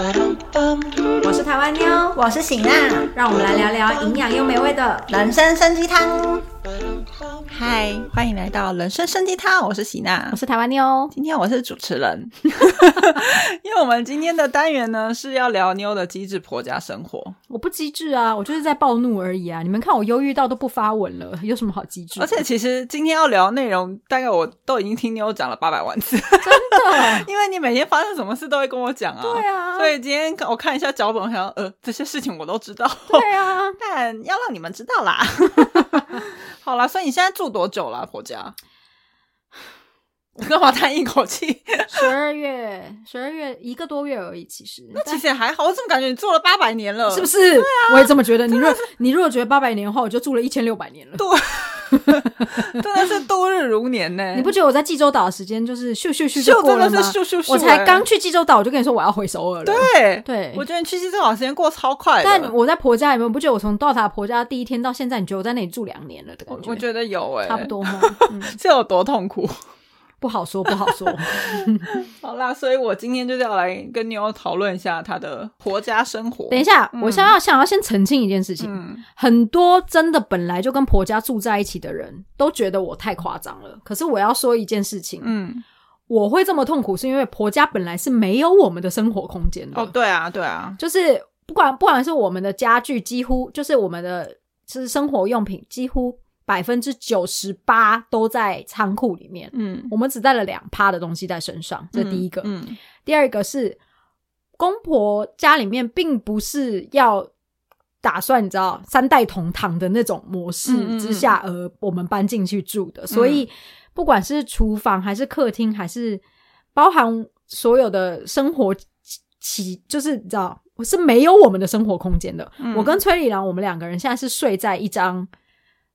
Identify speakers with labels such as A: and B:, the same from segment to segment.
A: 我是台湾妞，
B: 我是醒娜，
A: 让我们来聊聊营养又美味的。
B: 人生生鸡汤。
C: 嗨，欢迎来到人生生鸡汤，我是喜娜
B: 我。是台湾妞，
C: 今天我是主持 人，因为我们今天的单元呢是要聊妞的机智婆家生活，
B: 我不机智啊，我就是在暴怒而已啊。你们看我忧郁到都不发文了，有什么好机智的？
C: 而且其实今天要聊的内容，大概我都已经听妞讲了八百万次，
B: 真的，
C: 因为你每天发生什么事都会跟我讲啊。
B: 对啊
C: 所以今天我看一下脚本，我想呃这些事情我都知 道，
B: 对啊，
C: 但要让你们知 道啦。好啦，所以你现在住多久啦，婆家？ 干嘛叹一口气？
B: 十二月，十二月一个多月而已，其实
C: 那其实也还好，我怎么感觉你做了八百年了？
B: 是不是？对啊，我也这么觉得。你若你如果觉得八百年的话，我就住了一千六百年了。
C: 真的是度日如年呢、
B: 你不觉得我在济州岛的时间就是咻咻咻就
C: 秀
B: 过
C: 真
B: 了
C: 的
B: 吗？
C: 是秀秀秀、
B: 我才
C: 欸
B: 刚去济州岛，我就跟你说我要回首尔了。
C: 对，
B: 对，
C: 我觉得你去济州岛时间过超快的。
B: 但我在婆家有没有不觉得我从到达婆家第一天到现在，你觉得我在那里住两年了的感
C: 我觉得有哎、
B: 差不，多 吗？嗯，
C: 这有多痛苦？
B: 不好说，不好 说。
C: 好啦，所以我今天就是要来跟妞讨论一下她的婆家生活。
B: 等一，下，我现在要想要先澄清一件事情，
C: 嗯，
B: 很多真的本来就跟婆家住在一起的人都觉得我太夸张了。可是我要说一件事情，
C: 嗯，
B: 我会这么痛苦，是因为婆家本来是没有我们的生活空间的，
C: 哦，对啊，对啊，
B: 就是不管不管是我们的家具，几乎就是我们的就是生活用品，几乎百分之九十八都在仓库里面。
C: 嗯，
B: 我们只带了两趴的东西在身上，这第一个。
C: 嗯，
B: 第二个是公婆家里面并不是要打算你知道三代同堂的那种模
C: 嗯嗯
B: 式
C: 嗯
B: 之下，而我们搬进去住的，所以不管是厨房还是客厅，还是包含所有的生活起，就是你知道。我是没有我们的生活空间的。
C: 嗯
B: 我跟崔里郎，我们两个人现在是睡在一张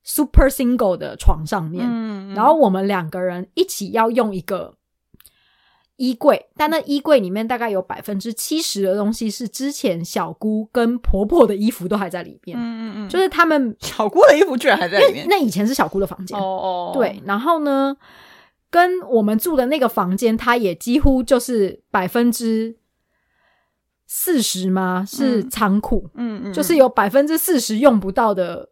B: super single 的床上面，
C: 嗯
B: 然后我们两个人一起要用一个衣柜，但那衣柜里面大概有百分之七十的东西是之前小姑跟婆婆的衣服都还在里面，
C: 嗯嗯嗯，
B: 就是他们
C: 小姑的衣服居然还在里面。
B: 那以前是小姑的房间，
C: 哦哦，
B: 对，，然后呢，跟我们住的那个房间，它也几乎就是百分之四十吗？是
C: 嗯
B: 仓库，
C: 嗯嗯，
B: 就是有百分之四十用不到的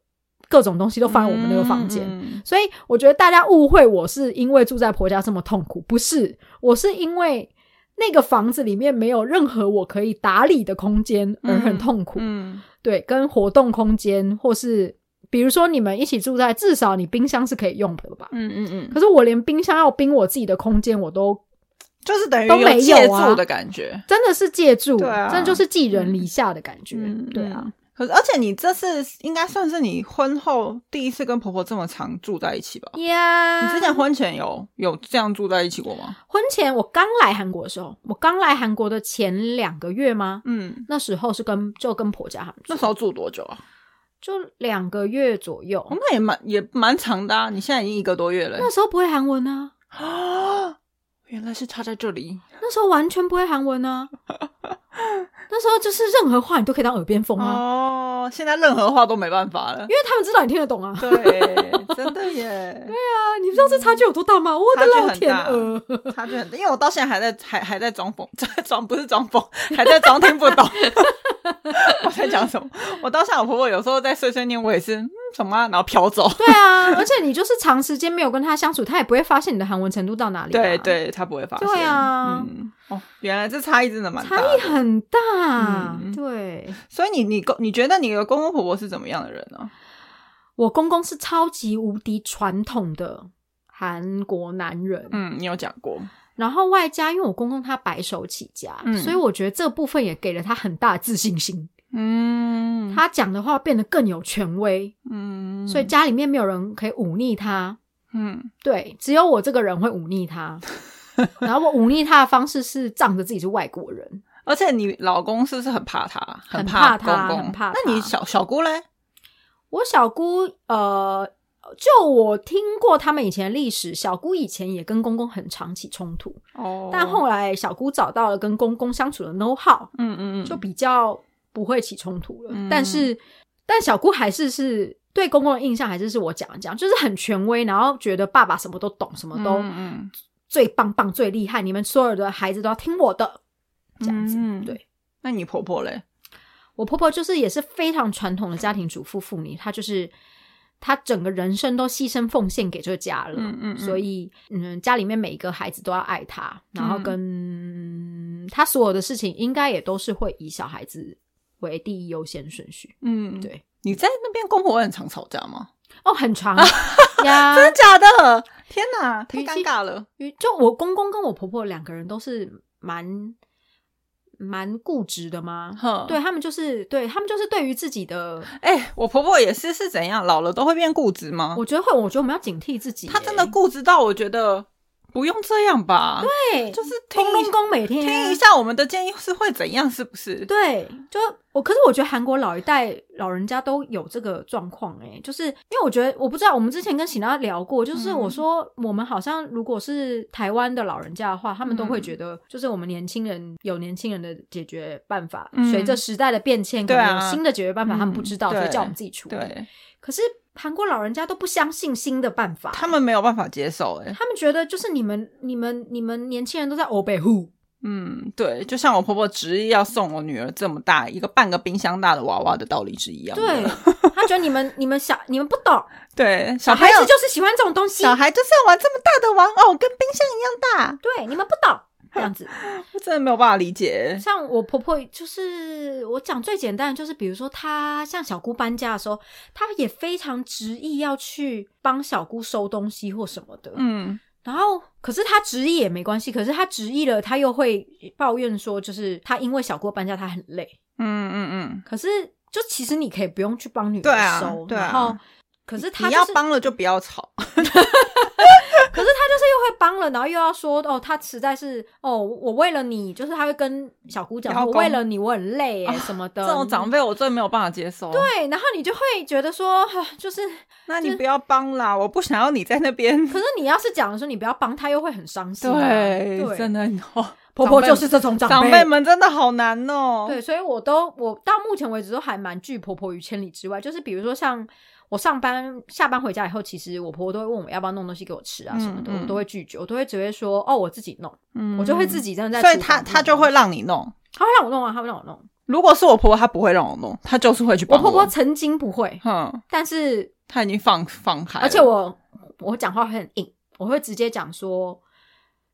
B: 各种东西都放在我们那个房间。
C: 嗯嗯嗯
B: 所以我觉得大家误会我是因为住在婆家这么痛苦，不是，我是因为那个房子里面没有任何我可以打理的空间而很痛苦。
C: 嗯，
B: 对，跟活动空间或是比如说你们一起住在，至少你冰箱是可以用的吧？
C: 嗯嗯嗯，
B: 可是我连冰箱要冰我自己的空间，我都
C: 就是等于
B: 都没有
C: 借
B: 啊
C: 住的感觉。
B: 真的是借住，
C: 对啊
B: 真的就是寄人篱下的感觉。对啊，
C: 嗯。可是，而且你这次应该算是你婚后第一次跟婆婆这么常住在一起吧？
B: 呀
C: 你之前婚前有有这样住在一起过吗？
B: 婚前我刚来韩国的时候，我刚来韩国的前两个月吗？
C: 嗯，
B: 那时候是跟就跟婆家他们住
C: 那时候住多久啊？
B: 就两个月左右。
C: 哦那也蛮也蛮长的啊！你现在已经一个多月了
B: 那时候不会韩文啊，
C: 啊！ 原来是差在这里，
B: 那时候完全不会韩文 啊。那时候就是任何话你都可以当耳边风啊，
C: 哦，现在任何话都没办法了
B: 因。为他们知道你听得懂啊。
C: 对，真的耶，
B: 啊，
C: 嗯
B: 你不知道这差距有多大吗？我的老天 鹅！
C: 差距很大，因为我到现在还在还还在装疯， 在装不是装疯，还在装听不懂。 我在讲什么？我到现在我婆婆有时候在碎碎念，我也是、嗯、什么啊、然后飘走。
B: 对啊，而且你就是长时间没有跟他相处，他也不会发现你的韩文程度到哪里、啊。
C: 对，对，她不会发现。
B: 对啊
C: 嗯，哦，原来这差异真的蛮大
B: 差
C: 的
B: 异。很大。
C: 嗯
B: 对，
C: 所以你你公你觉得你的公公婆婆是怎么样的人呢、
B: 我公公是超级无敌传统的韩国男人，
C: 嗯，你有讲过，
B: 然后外加因为我公公他白手起家，
C: 嗯
B: 所以我觉得这部分也给了他很大的自信心。
C: 嗯，
B: 他讲的话变得更有权威，
C: 嗯，
B: 所以家里面没有人可以忤逆他。
C: 嗯，
B: 对，只有我这个人会忤逆他。 然后我忤逆他的方式是仗着自己是外国人，
C: 而且你老公是不是很怕她，
B: 很怕
C: 怕
B: 她
C: 公公？
B: 很怕她
C: 那你小小姑嘞？
B: 我小姑，呃，就我听过他们以前的历史，小姑以前也跟公公很常起冲突，
C: 哦
B: 但后来小姑找到了跟公公相处的 know how，
C: 嗯嗯嗯，
B: 就比较不会起冲突了。
C: 嗯
B: 但是，但小姑还是是对公公的印象还是是我讲的这样，就是很权威，然后觉得爸爸什么都懂，什么都
C: 嗯嗯
B: 最棒棒、最厉害，你们所有的孩子都要听我的，这样子。
C: 嗯
B: 对
C: 那你婆婆嘞？
B: 我婆婆就是也是非常传统的家庭主妇妇女，她就是她整个人生都牺牲奉献给这个家了，
C: 嗯嗯嗯
B: 所以嗯，家里面每一个孩子都要爱她，然
C: 嗯
B: 后跟她所有的事情应该也都是会以小孩子为第一优先顺序。
C: 嗯，
B: 对。
C: 你在那边公婆很常吵架吗？
B: 哦，很 长呀，
C: 真的假的？天哪，太
B: 语
C: 尴
B: 气
C: 尬了。
B: 与就我公公跟我婆婆两个人都是蛮蛮固执的嘛，
C: 哼
B: 对他们就是对他们就是对于自己的，
C: 嗯哎、我婆婆也是，是怎样？老了都会变固执吗？
B: 我觉得会，我觉得我们要警惕自己耶。
C: 她真的固执到我觉得不用这样吧。
B: 对，
C: 就是听
B: 通
C: 一
B: 通公每天
C: 听一下我们的建议是会怎样，是不是？
B: 对，就我，可是我觉得韩国老一代老人家都有这个状况哎，就是因为我觉得我不知道，我们之前跟喜娜聊过，就是
C: 嗯
B: 我说我们好像如果是台湾的老人家的话，他们都会
C: 嗯
B: 觉得就是我们年轻人有年轻人的解决办法，
C: 嗯
B: 随着时代的变迁，可
C: 对
B: 能有
C: 啊
B: 新的解决办法，他们不
C: 嗯
B: 知道，所以
C: 对
B: 叫我们自己处理。
C: 对，
B: 可是韩国老人家都不相信新的办法，
C: 他们没有办法接受、哎，
B: 他们觉得就是你们你们你们年轻人都在欧北户。
C: 嗯，对，就像我婆婆执意要送我女儿这么大一个半个冰箱大的娃娃的道理是一样的。
B: 对，他觉得你们你们小你们不懂，
C: 对，
B: 小
C: 小朋
B: 孩
C: 友
B: 子就是喜欢这种东西，
C: 小孩就是要玩这么大的玩偶，跟冰箱一样
B: 对，你们不 懂这样子。
C: 大，我真的没有办法理解。
B: 像我婆婆，就是我讲最简单的，就是比如说她像小姑搬家的时候，她也非常执意要去帮小姑收东西或什么的。
C: 嗯，
B: 然后，可是她执意也没关系，可是她执意了，她又会抱怨说，就是她因为小姑搬家，她很累。
C: 嗯嗯
B: 可是，就其实你可以不用去帮女
C: 对啊
B: 儿收，
C: 对啊
B: 然后。可是
C: 嗯，
B: 她
C: 你
B: 就
C: 要
B: 是
C: 帮了就不要吵。
B: 可是他就是又会帮了，然后又要说哦，他实在是哦，我为了你，就是他会跟小姑讲
C: 邀
B: 说，
C: 功
B: 我为了你，我很累
C: 啊
B: 哎什么的。
C: 这种长辈我真的没有办法接受。对，
B: 对，然后你就会觉得说， 啊就是，
C: 那你不要帮啦，我不想要你在那边。
B: 可是你要是讲说你不要帮他，又会很伤心啊。对，
C: 真的哦，
B: 婆婆
C: 长辈
B: 就是这种
C: 长
B: 辈
C: 辈。们真的好难哦。
B: 对，，所以我都我到目前为止都还蛮拒婆婆于千里之外，就是比如说像我上班下班回家以后，其实我婆婆都会问我要不要弄东西给我吃啊什么的，
C: 嗯嗯
B: 我都会拒绝，我都会只会说哦我自己弄，
C: 嗯
B: 我就会自，己真的在
C: 所以
B: 厨房
C: 她她
B: 弄
C: 就会让你弄。
B: 她会让我弄啊，她会让我弄。
C: 如果是我婆婆，她不会让我弄，她就是会去
B: 我
C: 帮
B: 婆婆曾经不会，
C: 哼，
B: 但是
C: 她已经放放开了，
B: 而且我我讲话会很硬，我会直接讲说，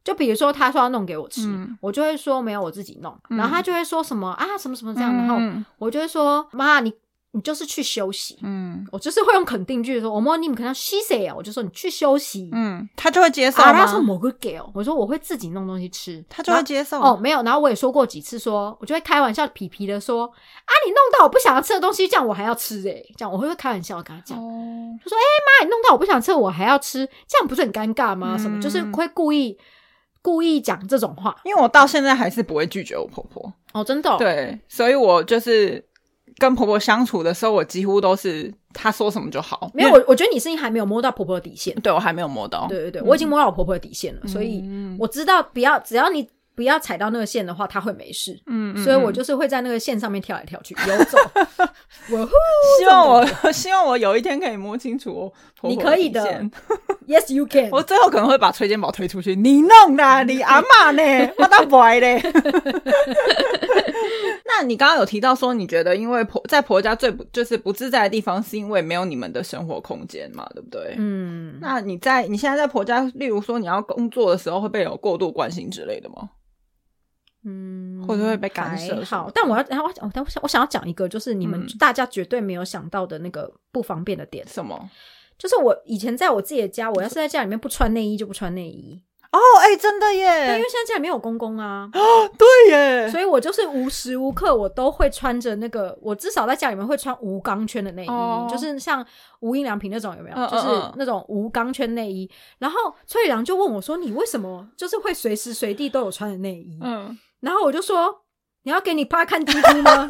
B: 就比如说她说要弄给我吃，
C: 嗯
B: 我就会说没有，我自己弄，
C: 嗯
B: 然后她就会说什么啊什么什么这样，然后
C: 嗯
B: 我就会说妈你你就是去休息，
C: 嗯
B: 我就是会用肯定句说，我摸你们可能休息啊，我就说你去休息，
C: 嗯，她就会接受
B: 啊
C: 吗
B: 他？说某个给哦，我说我会自己弄东西吃，
C: 她就会
B: 然后
C: 接受
B: 哦，，没有，然后我也说过几次说，我就会开玩笑皮皮的说，啊，你弄到我不想要吃的东西，这样我还要吃诶、欸，这样我会开玩笑地跟他讲，妈、
C: 哦
B: 你弄到我不想吃，我还要吃，这样不是很尴尬吗？什么就是
C: 嗯
B: 会故意故意讲这种话
C: 因为我到现在还是不会拒绝我婆婆，
B: 哦，真的、哦，，
C: 对，所以我就是跟婆婆相处的时候，我几乎都是她说什么就好，
B: 没有
C: 因为
B: 我，我觉得你是还没有摸到婆婆的底线，
C: 对我还没有摸到，
B: 对对对，我已经摸到我婆婆的底线了，所以
C: 嗯
B: 我知道不要，只要你不要踩到那个线的话，她会没事。
C: 嗯嗯
B: 所以我
C: 嗯
B: 就是会在那个线上面跳来跳去，游 走。我呼
C: 希望我 希望我有一天可以摸清楚我婆婆
B: 你可以
C: 底
B: 的
C: 线
B: ，Yes you can。
C: 我最后可能会把崔肩宝推出去，你弄的啊， 你阿妈呢？我当不爱嘞。 那你刚刚有提到说，你觉得因为婆在婆家最不就是不自在的地方，是因为没有你们的生活空间嘛，对不对？
B: 嗯，
C: 那你在你现在在婆家，例如说你要工作的时候，会被有过度关心之类的吗？
B: 嗯，
C: 或者会被干涉
B: 还
C: 什么
B: 好
C: 的，
B: 但我要，然后我想，我想，我想要讲一个，就是你们
C: 嗯
B: 大家绝对没有想到的那个不方便的点，
C: 什么？
B: 就是我以前在我自己的家，我要是在家里面不穿内衣就不穿内衣，
C: 哦，哎、真的
B: 但因
C: 耶
B: 为，现在家里面有公公啊，
C: 对耶，
B: 所以我就是无时无刻我都会穿着那个，我至少在家里面会穿无钢圈的内衣，
C: 哦
B: 就是像无印良品那种有没有？
C: 嗯嗯
B: 就是
C: 嗯
B: 那种无钢圈内衣。然后崔宇良就问我说：“你为什么就是会随时随地都有穿的内衣？”
C: 嗯，
B: 然后我就说：“你要给你爸看鸡突吗？”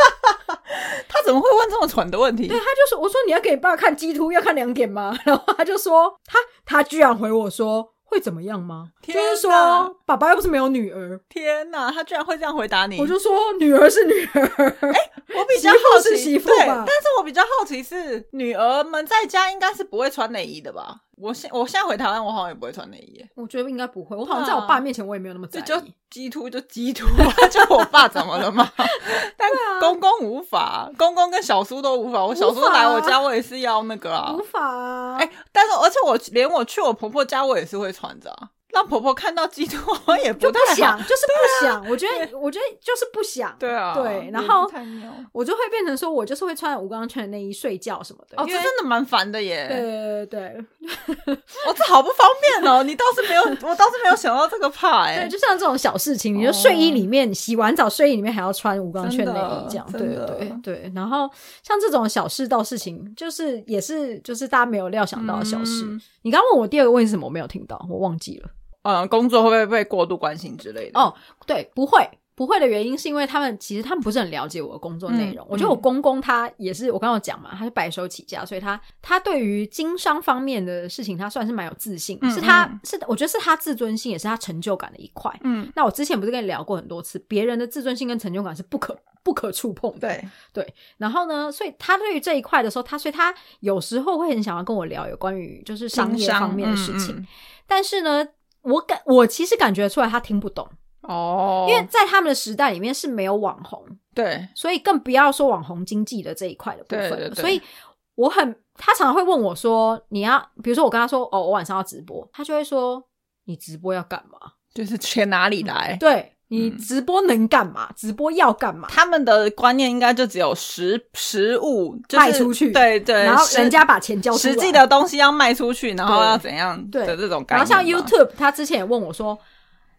C: 他怎么会问这么蠢的问题
B: 对，？他就说：“我说你要给你爸看鸡突，要看两点吗？” 然后他就说：“他他居然回我说会怎么样吗？就
C: 天哪
B: 是说爸爸又不是没有女儿。”
C: 天哪，他居然会这样回答你！哎
B: 我就说女儿是女儿，
C: 我比较好
B: 媳妇
C: 奇
B: 是媳妇
C: 对，
B: 吧
C: 但是我比较好奇是女儿们在家应该是不会穿内衣的吧？我现我现在回台湾，我好像也不会穿内衣耶，
B: 我觉得应该不会，我好像在我爸面前我也没有那么在
C: 这
B: 意。
C: 就鸡突就鸡突啊， 就我爸怎么了 嘛？但公公无法，公公跟小叔啊都无法。我啊小
B: 无
C: 叔
B: 法
C: 来我家，我也是要那个啊
B: 无。法啊！
C: 哎、但是而且我连我去我婆婆家，我也是会穿着啊，让婆婆看到基督，我
B: 就
C: 也不
B: 不
C: 太好啊
B: 想，。就是不想。我觉得，我觉得就是不想。
C: 对啊，
B: 对，然
C: 也
B: 后
C: 不太妙
B: 我就会变成说，我就是会穿无钢圈的内衣睡觉什么的。
C: 哦，
B: 因
C: 这
B: 为
C: 真的蛮烦的耶。
B: 对对对
C: 我、这好不方便哦。你倒是没有，我倒是没有想到这个怕哎、
B: 对，就像这种小事情，你就睡衣里面洗完澡，睡衣里面还要穿无钢圈内衣
C: 真的
B: 这样，对
C: 真的
B: 对对。然后像这种小事到事情，就是也是就是大家没有料想到的小事。
C: 嗯
B: 你刚问我第二个问题是什么，我没有听到，我忘记了。
C: 嗯，工作会不会被过度关心之类的？
B: 哦对，不会。不会的原因是因为他们其实他们不是很了解我的工作内容。
C: 嗯
B: 我觉得我
C: 嗯
B: 公公他也是，我刚刚有讲嘛，他是白手起家，所以他他对于经商方面的事情，他算是蛮有自信，
C: 嗯
B: 是他
C: 嗯
B: 是我觉得是他自尊心，也是他成就感的一块。
C: 嗯，
B: 那我之前不是跟你聊过很多次，别人的自尊心跟成就感是不可不可触碰的。
C: 对，
B: 然后呢，所以他对于这一块的时候，他所以他有时候会很想要跟我聊有关于就是商业
C: 经商
B: 方面的事情，
C: 嗯嗯
B: 但是呢，我感我其实感觉出来他听不懂，
C: 哦，
B: 因为在他们的时代里面是没有网红，
C: 对，
B: 所以更不要说网红经济的这一块的部分了。
C: 对对对
B: 所以我很他常常会问我说，你要比如说我跟他说哦，我晚上要直播，他就会说你直播要干嘛？
C: 就是钱哪里来？
B: 嗯对你
C: 嗯
B: 直播能干嘛？直播要干嘛？
C: 他们的观念应该就只有食食物、就是、
B: 卖出去
C: 对对，
B: 然后
C: 实
B: 人家把钱交出来。
C: 实际的东西要卖出去，然后
B: 对
C: 要怎样
B: 对
C: 的这种概
B: 然后
C: 念吧。
B: 像 YouTube，他之前也问我说，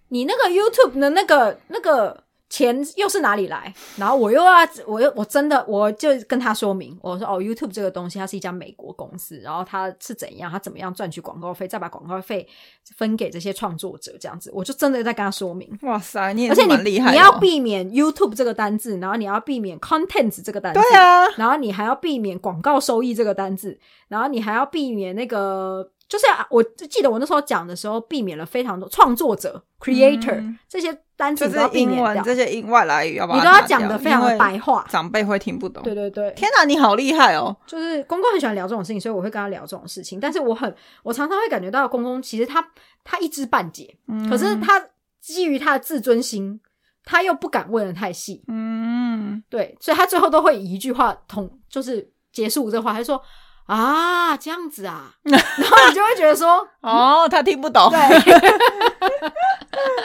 B: 你那个 YouTube 的那个那个钱又是哪里来？然后我又要，我又我真的我就跟他说明，我说哦，YouTube 这个东西它是一家美国公司，然后它是怎样，它怎么样赚取广告费，再把广告费分给这些创作者这样子，我就真的在跟他说明。
C: 哇塞，你也
B: 而且
C: 是
B: 你
C: 蛮厉害的哦，
B: 你要避免 YouTube 这个单字，然后你要避免 contents 这个单字，
C: 对啊，
B: 然后你还要避免广告收益这个单字，然后你还要避免那个，就是啊我记得我那时候讲的时候，避免了非常多创作者 creator、
C: 嗯
B: 这些单词
C: 就
B: 你都要
C: 是
B: 避
C: 英
B: 免
C: 文
B: 掉，
C: 这些英外来语要把
B: 你
C: 它
B: 都要
C: 拿
B: 讲
C: 掉
B: 的非常的
C: 因为
B: 白话。
C: 长辈会听不懂。
B: 对对对，
C: 天哪，你好厉害哦！
B: 就是公公很喜欢聊这种事情，所以我会跟他聊这种事情。但是我很，我常常会感觉到公公其实他他一知半解，
C: 嗯
B: 可是他基于他的自尊心，他又不敢问的太细，
C: 嗯，
B: 对，所以他最后都会以一句话统，就是结束这话，他就说啊这样子 啊，然后你就会觉得说，
C: 哦，他听不懂，
B: 对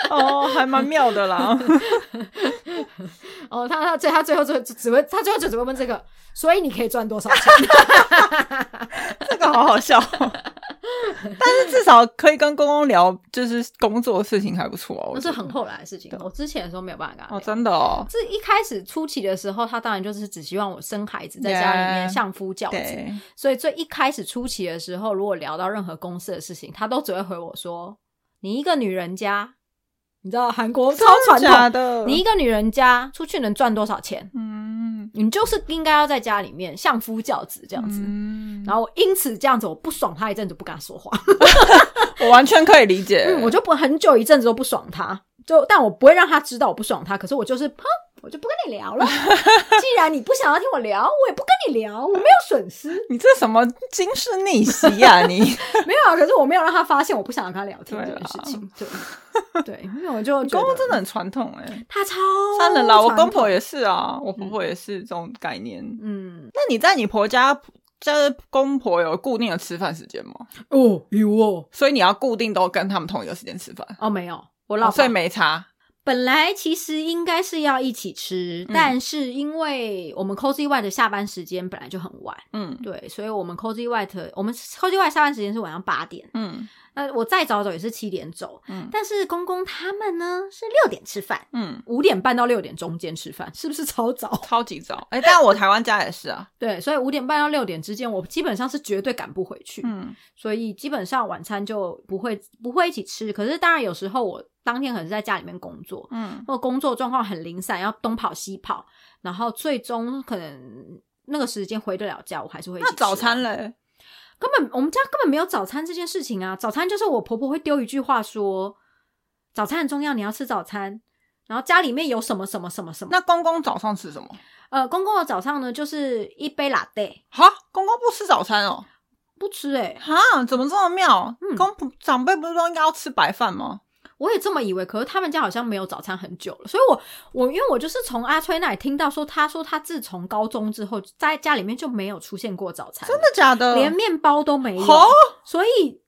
C: 哦，还蛮妙 的啦。
B: 哦，他他最他最后就就只会他最后就只会问这个，所以你可以赚多少钱？
C: 这个好好笑哦、但是至少可以跟公公聊，就是工作的事情还不错哦。我
B: 那是
C: 觉得
B: 很后来的事情，我之前的时候没有办法跟他
C: 哦，
B: 聊。
C: 真的哦，
B: 这一开始初期的时候，他当然就是只希望我生孩子，在家里面
C: Yeah
B: 相夫教子。
C: 对，
B: 所以最一开始初期的时候，如果聊到任何公司的事情，他都只会回我说：“你一个女人家，你知道韩国超传
C: 真的假
B: 统，
C: 的，
B: 你一个女人家出去能赚多少钱？
C: 嗯
B: 你就是应该要在家里面相夫教子这样子。
C: 嗯，
B: 然后我因此这样子，我不爽他一阵子，不跟他说话。
C: 我完全可以理解。
B: 嗯，我就不很久一阵子都不爽他，就但我不会让他知道我不爽他，可是我就是哼，我就不跟你 聊了。既然你不想要听我聊，我也不跟你聊，我没有损失。
C: 你这什么惊世逆袭 呀、你
B: 没有啊，可是我没有让他发现我不想跟他聊天这
C: 对
B: 件
C: 啦
B: 事 情。对对，因为我就觉
C: 公公
B: 得
C: 真的很传统哎、
B: 他超
C: 算了啦，
B: 哦
C: 我
B: 传
C: 公婆
B: 统
C: 也是啊，我婆婆也是这种概念。
B: 嗯
C: 那你在你婆家，就是公婆有固定的吃饭时间吗？
B: 哦有哦
C: 所以你要固定都跟他们同一个时间吃饭，
B: 哦没有，我老
C: 哦所以
B: 婆
C: 没差。
B: 本来其实应该是要一起吃，
C: 嗯
B: 但是因为我们 Cozy White 的下班时间本来就很晚，
C: 嗯
B: 对，所以我们 Cozy White 我们 Cozy White 下班时间是晚上八点，
C: 嗯
B: 那我再早走也是七点走，
C: 嗯
B: 但是公公他们呢是六点吃饭，
C: 嗯，
B: 五点半到六点中间吃饭，是不是超早？
C: 超级早。哎、但我台湾家也是啊。
B: 对，所以五点半到六点之间，我基本上是绝对赶不回去，
C: 嗯
B: 所以基本上晚餐就不会不会一起吃。可是当然有时候我当天可能是在家里面工作，
C: 嗯
B: 或工作状况很零散，要东跑西跑，然后最终可能那个时间回得了家，我还是会一起
C: 那
B: 吃啊
C: 早餐
B: 完
C: 嘞？
B: 根本我们家根本没有早餐这件事情啊！早餐就是我婆婆会丢一句话说：“早餐很重要，你要吃早餐。”然后家里面有什么什么什么什么？
C: 那公公早上吃什么？
B: 呃，公公的早上呢，就是一杯 latte。
C: 哈，公公不吃早餐哦。
B: 不吃哎、
C: 哈，怎么这么妙？
B: 嗯
C: 公婆长辈不是都应该要吃白饭吗？
B: 我也这么以为，可是他们家好像没有早餐很久了，所以我我因为我就是从阿吹那里听到说，他说他自从高中之后，在家里面就没有出现过早餐了，
C: 真的假的？
B: 连面包都没有，
C: 哦
B: 所以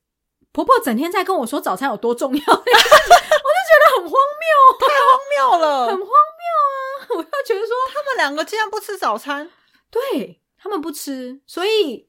B: 婆婆整天在跟我说早餐有多重要， 我就觉得很荒
C: 妙了，
B: 谬，很荒
C: 他
B: 谬啊！我就觉得说，
C: 们两个竟然不吃早餐。
B: 对他们不吃，所以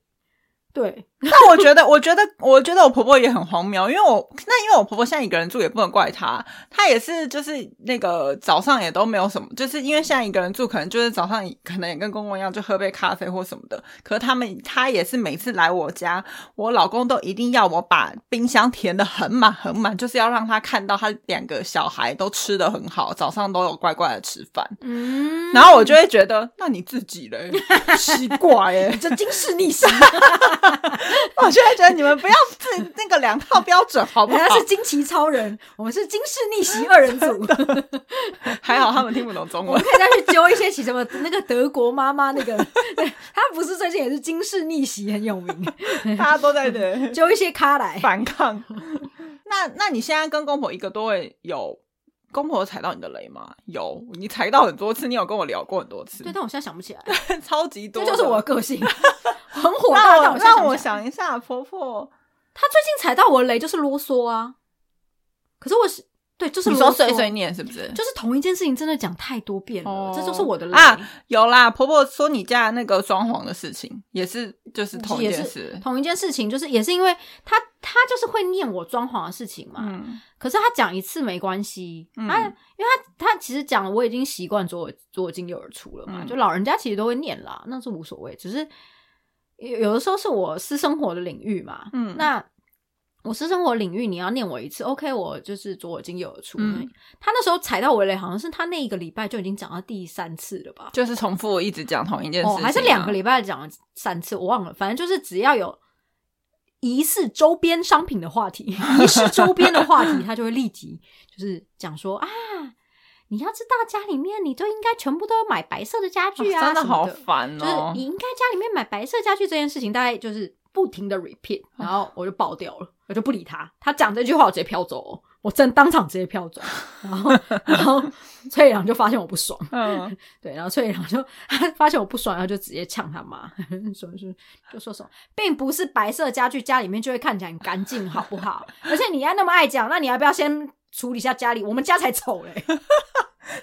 B: 对，
C: 但我觉得，我觉得，我觉得我婆婆也很荒谬，因为我那因为我婆婆现在一个人住，也不能怪她，她也是就是那个早上也都没有什么，就是因为现在一个人住，可能就是早上可能也跟公公一样，就喝杯咖啡或什么的。可是他们，她也是每次来我家，我老公都一定要我把冰箱填的很满很满，就是要让他看到他两个小孩都吃的很好，早上都有乖乖的吃饭。
B: 嗯
C: 然后我就会觉得，那你自己嘞， 奇怪欸耶、
B: 这惊世逆袭，
C: 我现在觉得你们不要自那个两套标准，好不
B: 人家？
C: 好
B: 是惊奇超人，我们是惊世逆袭二人组。
C: 还好他们听不懂中
B: 我们
C: 文。
B: 可以再去揪一些其什么那个德国妈妈那个， 对她不是最近也是惊世逆袭很有名，
C: 大家都在这
B: 揪一些咖来。
C: 反抗。 那那你现在跟公婆一个多月，有公婆踩到你的雷吗？有，你踩到很多次，你有跟我聊过很多次
B: 对，，但我现在想不起来，
C: 超级
B: 这
C: 多的。
B: 就是我的个 性，很火大。但
C: 让我
B: 我现在
C: 让我
B: 不起来，
C: 想一下，婆婆，
B: 她最近踩到我的雷就是啰嗦啊。可是我是对，就是
C: 你
B: 啰
C: 说
B: 嗦
C: 碎碎念是不是？
B: 就是同一件事情真的讲太多遍了，
C: 哦
B: 这就是我的雷。
C: 啊有啦，婆婆说你家那个装潢的事情，也是就是同一
B: 也
C: 件
B: 是
C: 事。
B: 同一件事情，就是也是因为她她就是会念我装潢的事情嘛，
C: 嗯，
B: 可是他讲一次没关系，
C: 嗯
B: 啊，因为他他其实讲了我已经习惯左耳左耳进右耳出了嘛，
C: 嗯
B: 就老人家其实都会念啦，那是无所谓，只是有有的时候是我私生活的领域嘛，
C: 嗯
B: 那我私生活领域你要念我一次，OK，我就是左耳进右耳出。
C: 嗯
B: 他那时候踩到我的雷，好像是他那一个礼拜就已经讲到第三次了吧？
C: 就是重复一直讲同一件事情
B: 哦，
C: 啊、
B: 还是两个礼拜讲了三次，我忘了。反正就是只要有疑似周边商品的 话题，疑似周边的话题，他就会立即就是讲说啊，你要知道家里面你就应该全部都买白色的家具啊，
C: 哦真的
B: 什么
C: 好
B: 的
C: 烦
B: 就是
C: 哦！
B: 你应该家里面买白色家具这件事情，大概就是不停的 repeat，然
C: 哦
B: 后我就爆掉了，我就不理他。他讲这句话，我直接飘走、哦，我真当场直接飘走。然后， 然后翠良就发现我不爽，
C: 嗯，
B: 对，然后翠良就发现我不爽，然后就直接呛他妈，说是就说什么，并不是白色家具家里面就会看起来很干净，好不好？而且你要那么爱讲，那你要不要先处理一下家里？我们家才丑嘞，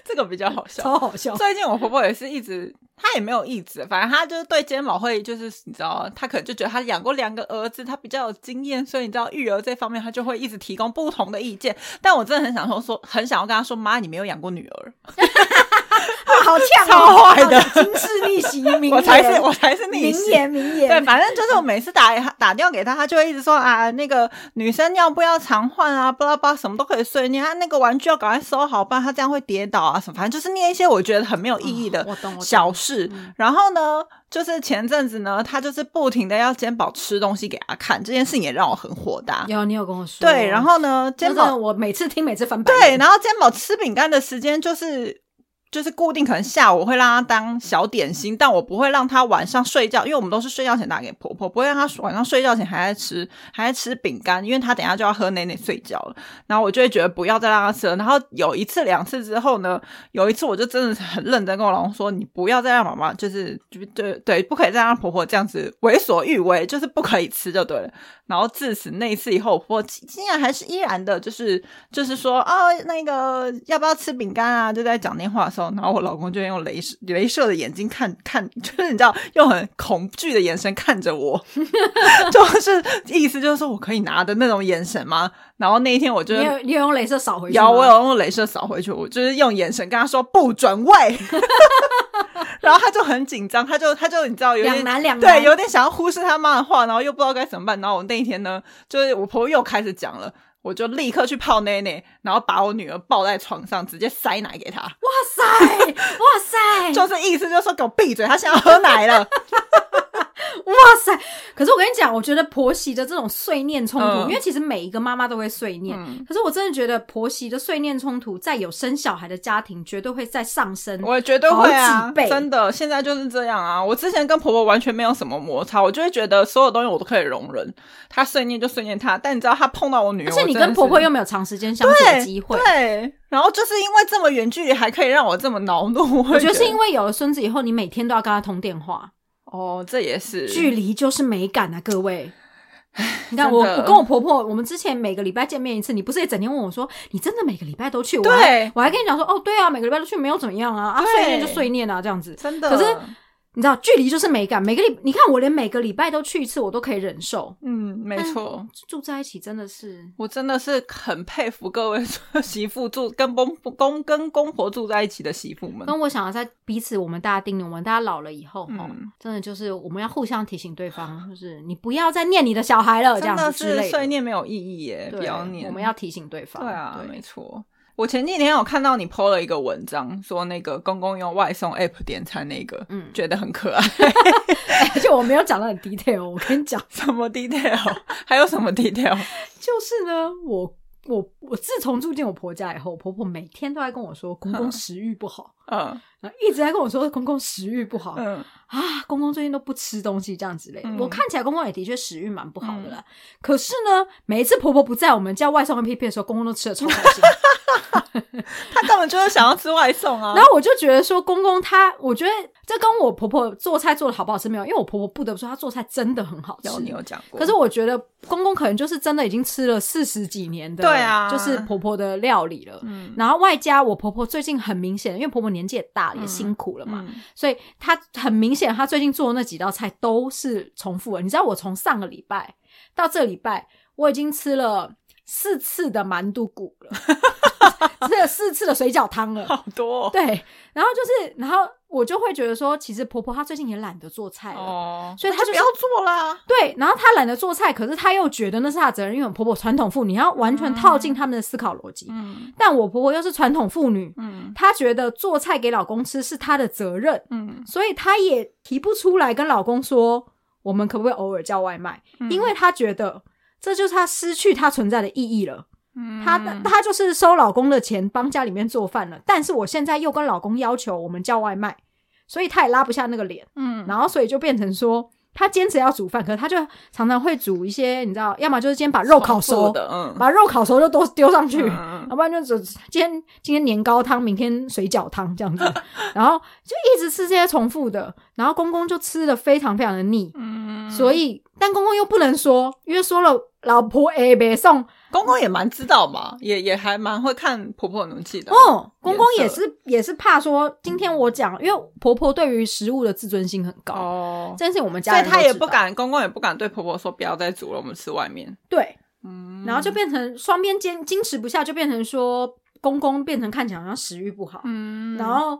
C: 这个比较好笑。
B: 超好笑。
C: 最近我婆婆也是一直，她也没有一直，反正她就是对肩膀会，就是你知道，她可能就觉得她养过两个儿子，她比较有经验，所以你知道育儿这方面，她就会一直提供不同的意见。但我真的很想说，说很想要跟她说，妈，你没有养过女儿，
B: 啊好呛、哦，
C: 超坏的
B: 好像惊世逆袭名言，
C: 我才是我才是逆
B: 名
C: 袭。
B: 言名言，
C: 对，反正就是我每次打打电话给她，她就会一直说啊，那个女生尿布要常换啊，巴拉巴拉，什么都可以碎念，她啊那个玩具要赶快收好，不然她这样会跌倒啊什么。反正就是念一些我觉得很没有意义的
B: 哦我懂我懂
C: 小事。
B: 嗯
C: 然后呢，就是前阵子呢，她就是不停的要肩膀吃东西给她看，这件事情也让我很火大。
B: 有你有跟我说，
C: 对，然后呢，
B: 真
C: 肩
B: 的
C: 膀
B: 我每次听每次翻白
C: 对，
B: 眼，
C: 然后肩膀吃饼干的时间就是。就是固定，可能下午我会让她当小点心，但我不会让她晚上睡觉，因为我们都是睡觉前打给婆婆，不会让她晚上睡觉前还在吃还在吃饼干，因为她等一下就要喝奶奶睡觉了。然后我就会觉得不要再让她吃了。然后有一次两次之后呢，有一次我就真的很认真跟我老公说，你不要再让妈妈就是就对对，不可以再让婆婆这样子为所欲为，就是不可以吃就对了。然后自此那一次以后，我婆婆竟然还是依然的，就是就是说啊、那个要不要吃饼干啊？就在讲电话的时候，然后我老公就用镭射镭射的眼睛看看， 就是你知道用很恐惧的眼神看着我， 就是意思就是说我可以拿的那种眼神吗？然后那一天我就
B: 你有你有用镭射扫回去吗，
C: 有，我有用镭射扫回去，我就是用眼神跟他说不准喂， 然后他就很紧张，他就他就你知道有
B: 两
C: 点
B: 难两难，
C: 对，有点想要忽视他妈的话，然后又不知道该怎么办。然后我那一天呢，就是我婆婆又开始讲了，我就立刻去泡奶奶，然后把我女儿抱在床上，直接塞奶给 她，
B: 哇塞哇塞，
C: 就是意思就是说给我闭嘴，她想要喝奶了。
B: 哇塞！可是我跟你讲，我觉得婆媳的这种碎念冲突，因
C: 嗯
B: 为其实每一个妈妈都会碎念，
C: 嗯，
B: 可是我真的觉得婆媳的碎念冲突，在有生小孩的家庭绝对会再上升。
C: 我绝对会
B: 好
C: 啊
B: 几倍，
C: 真的，现在就是这样啊。我之前跟婆婆完全没有什么摩擦，我就会觉得所有东西我都可以容忍，她碎念就碎念她，但你知道她碰到我女儿，
B: 而且
C: 我
B: 你
C: 真的
B: 跟婆婆
C: 是
B: 又没有长时间相处的
C: 对
B: 机会，
C: 对，然后就是因为这么远距离还可以让我这么恼怒，我
B: 我觉得是因
C: 为
B: 为有了孙子以后，你每天都要跟他通电话，
C: 哦，这也是
B: 距离就是美感啊，各位。你看
C: 真
B: 我，
C: 的
B: 我跟我婆婆，我们之前每个礼拜见面一次，你不是也整天问我说，你真的每个礼拜都去？我还
C: 对
B: 我还跟你讲说，哦，对啊，每个礼拜都去，没有怎么样啊，啊，
C: 对
B: 碎念就碎念啊，这样子。
C: 真的，
B: 可是你知道，距离就是美感。每个礼，你看我连每个礼拜都去一次，我都可以忍受。
C: 嗯，没
B: 哎
C: 错。
B: 住在一起真的是，
C: 我真的是很佩服各位 媳妇住跟公公跟公婆住在一起的媳妇们。
B: 跟我想要在彼此，我们大家叮咛，我们大家老了以后，哦、
C: 嗯
B: 真的就是我们要互相提醒对方，就是你不要再念你的小孩了，这
C: 真
B: 样
C: 的
B: 子之
C: 是
B: 类
C: 碎念没有意义耶，
B: 对
C: 不要念。
B: 我们要提醒对方。
C: 对啊，没错。我前几天有看到你 PO 了一个文章，说那个公公用外送 app 点餐那个，
B: 嗯
C: 觉得很可爱。
B: 而且我没有讲到很 detail，我跟你讲，
C: 什么 detail？还 有什么 detail？
B: 就是呢，我我我自从住进我婆家以后，我婆婆每天都在跟我说公公食欲不好，
C: 嗯
B: 然后一直在跟我说公公食欲不好、
C: 嗯，
B: 啊，公公最近都不吃东西这样之类的。
C: 嗯
B: 我看起来公公也的确食欲蛮不好的啦，可是呢，每一次婆婆不在，我们叫外送 APP 的时候，公公都吃的超开心。
C: 啊他根本就是想要吃外送啊。
B: 然后我就觉得说，公公他，我觉得这跟我婆婆做菜做的好不好吃没有，因为我婆婆不得不说，她做菜真的很好吃
C: 有。你有讲过，
B: 可是我觉得公公可能就是真的已经吃了四十几年的，
C: 对啊
B: 就是婆婆的料理了。
C: 嗯
B: 然后外加我婆婆最近很明显，因为婆婆年纪也大了，也辛苦了嘛，
C: 嗯
B: 所以她很明显，她最近做的那几道菜都是重复的。你知道，我从上个礼拜到这个礼拜，我已经吃了四次的蛮肚骨 了，吃了四次的水饺汤了。
C: 好多哦
B: 对，然后就是，然后我就会觉得说，其实婆婆她最近也懒得做菜了，
C: 哦，
B: 所以她
C: 那
B: 就
C: 就是不要做啦。
B: 对，然后她懒得做菜，可是她又觉得那是她的责任，因为我婆婆传统妇女，你要完全套进他们的思考逻辑。
C: 嗯
B: 但我婆婆又是传统妇女，
C: 嗯
B: 她觉得做菜给老公吃是她的责任，
C: 嗯，
B: 所以她也提不出来跟老公说，我们可不可以偶尔叫外卖，
C: 嗯
B: 因为她觉得。这就是她失去她存在的意义了。她
C: 嗯
B: 她就是收老公的钱帮家里面做饭了，但是我现在又跟老公要求我们叫外卖，所以她也拉不下那个脸。
C: 嗯
B: 然后所以就变成说，他坚持要煮饭，可是他就常常会煮一些，你知道，要么就是今天把肉烤熟，
C: 的，嗯，
B: 把肉烤熟就都丢上去，
C: 嗯
B: 要不然就只今天今天年糕汤，明天水饺汤 这样子，然后就一直吃这些重复的，然后公公就吃的非常非常的腻，
C: 嗯，
B: 所以但公公又不能说，因为说了老婆哎别送
C: 公公也蛮知道嘛，也也还蛮会看婆婆的怒气的。
B: 哦，公公也
C: 颜色
B: 是也是怕说今天我讲，因为婆婆对于食物的自尊心很高。
C: 哦，
B: 这件事情我们家
C: 所以
B: 人都
C: 她也
B: 知
C: 不
B: 道
C: 敢，公公也不敢对婆婆说不要再煮了，我们吃外面。
B: 对，
C: 嗯
B: 然后就变成双边坚矜持不下，就变成说公公变成看起来好像食欲不好，
C: 嗯
B: 然后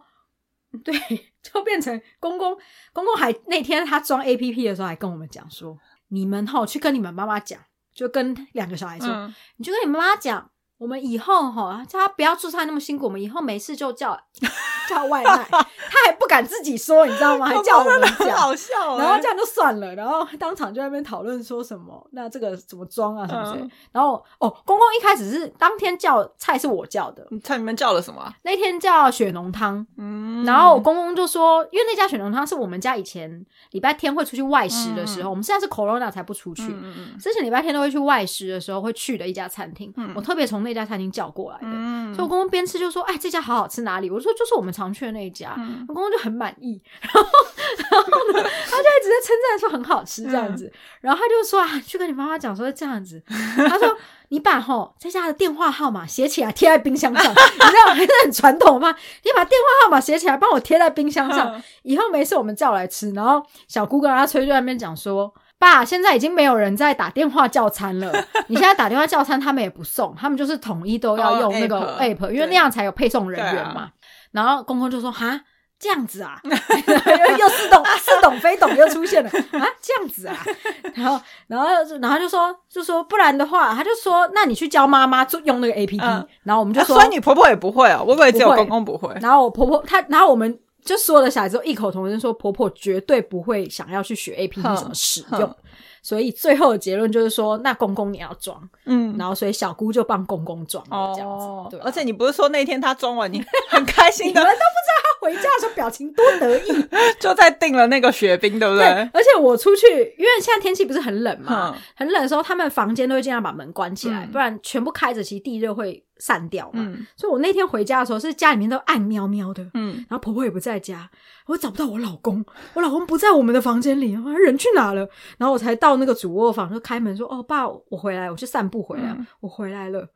B: 对， 就变成公公公公还那天他装 A P P 的时候还跟我们讲说，你们吼去跟你们妈妈讲，就跟两个小孩说，
C: 嗯
B: 你就跟你妈妈讲，我们以后吼叫他不要做菜那么辛苦，我们以后没事就叫 叫外卖， 他还不敢自己说，你知道吗？还叫我
C: 公
B: 们
C: 公真的很
B: 讲。
C: 好笑欸。
B: 然后这样就算了，然后当场就在那边讨论说什么，那这个怎么装啊，什么之类的。
C: 嗯
B: 然后哦，公公一开始是当天叫菜是我叫的，
C: 你看你们叫了什么啊？
B: 那天叫血浓汤，
C: 嗯
B: 然后公公就说，因为那家血浓汤是我们家以前礼拜天会出去外食的时候，我们现在是 corona 才不出去。
C: 嗯嗯
B: 之前礼拜天都会去外食的时候会去的一家餐厅，
C: 嗯
B: 我特别从那家餐厅叫过来的，
C: 嗯
B: 所以我公公边吃就说：“哎，这家好好吃，哪里？”我说：“就是我们常去的那一家。
C: 嗯
B: 我公公就很满意，然后然后呢，他就一直在称赞说很好吃这样子，然后他就说啊，去跟你妈妈讲说这样子，他说你把吼在家的电话号码写起来贴在冰箱上，你知道 还是很传统嘛，你把电话号码写起来帮我贴在冰箱上
C: 嗯，
B: 以后没事我们叫来吃。然后小姑跟阿崔就在那边讲说。爸，现在已经没有人在打电话叫餐了。你现在打电话叫餐，他们也不送，他们就是统一都要
C: 哦
B: 用那个
C: app，
B: app，因为那
C: 对
B: 样才有配送人
C: 对啊
B: 员嘛。然后公公就说：“哈，这样子啊， 又似懂似懂非懂又出现了啊，这样子啊。” 然后，然后，然后就说，就说不然的话，他就说：“那你去教妈妈做用那个 A P P。
C: 嗯
B: 然后我们就
C: 啊
B: 说，
C: 所以你婆婆也不会哦，我以为只有
B: 不会
C: 公公不会。
B: 然后我婆婆她，然后我们就所有的小孩子都异口同声说，婆婆绝对不会想要去学 A P P 怎么使用
C: 哼，
B: 所以最后的结论就是说，那公公你要装，
C: 嗯，
B: 然后所以小姑就帮公公装了这样
C: 哦
B: 子，对啊，
C: 而且你不是说那天他中文你很开
B: 你
C: 心
B: 们都不知道
C: 的
B: 他回家的时候表情多得意，
C: 就在订了那个雪冰，对不嗯
B: 对
C: 对？，
B: 而且我出去，因为现在天气不是很冷嘛，
C: 嗯
B: 很冷的时候，他们房间都会尽量把门关起来，
C: 嗯
B: 不然全部开着，其实地热会散掉嘛。
C: 嗯
B: 所以我那天回家的时候，是家里面都暗喵喵的，
C: 嗯，
B: 然后婆婆也不在家，我找不到我老公，我老公不在我们的房间里，他人去哪了？然后我才到那个主卧房，就开门说：“哦，爸，我回来，我去散步回来，
C: 嗯
B: 我回来了。”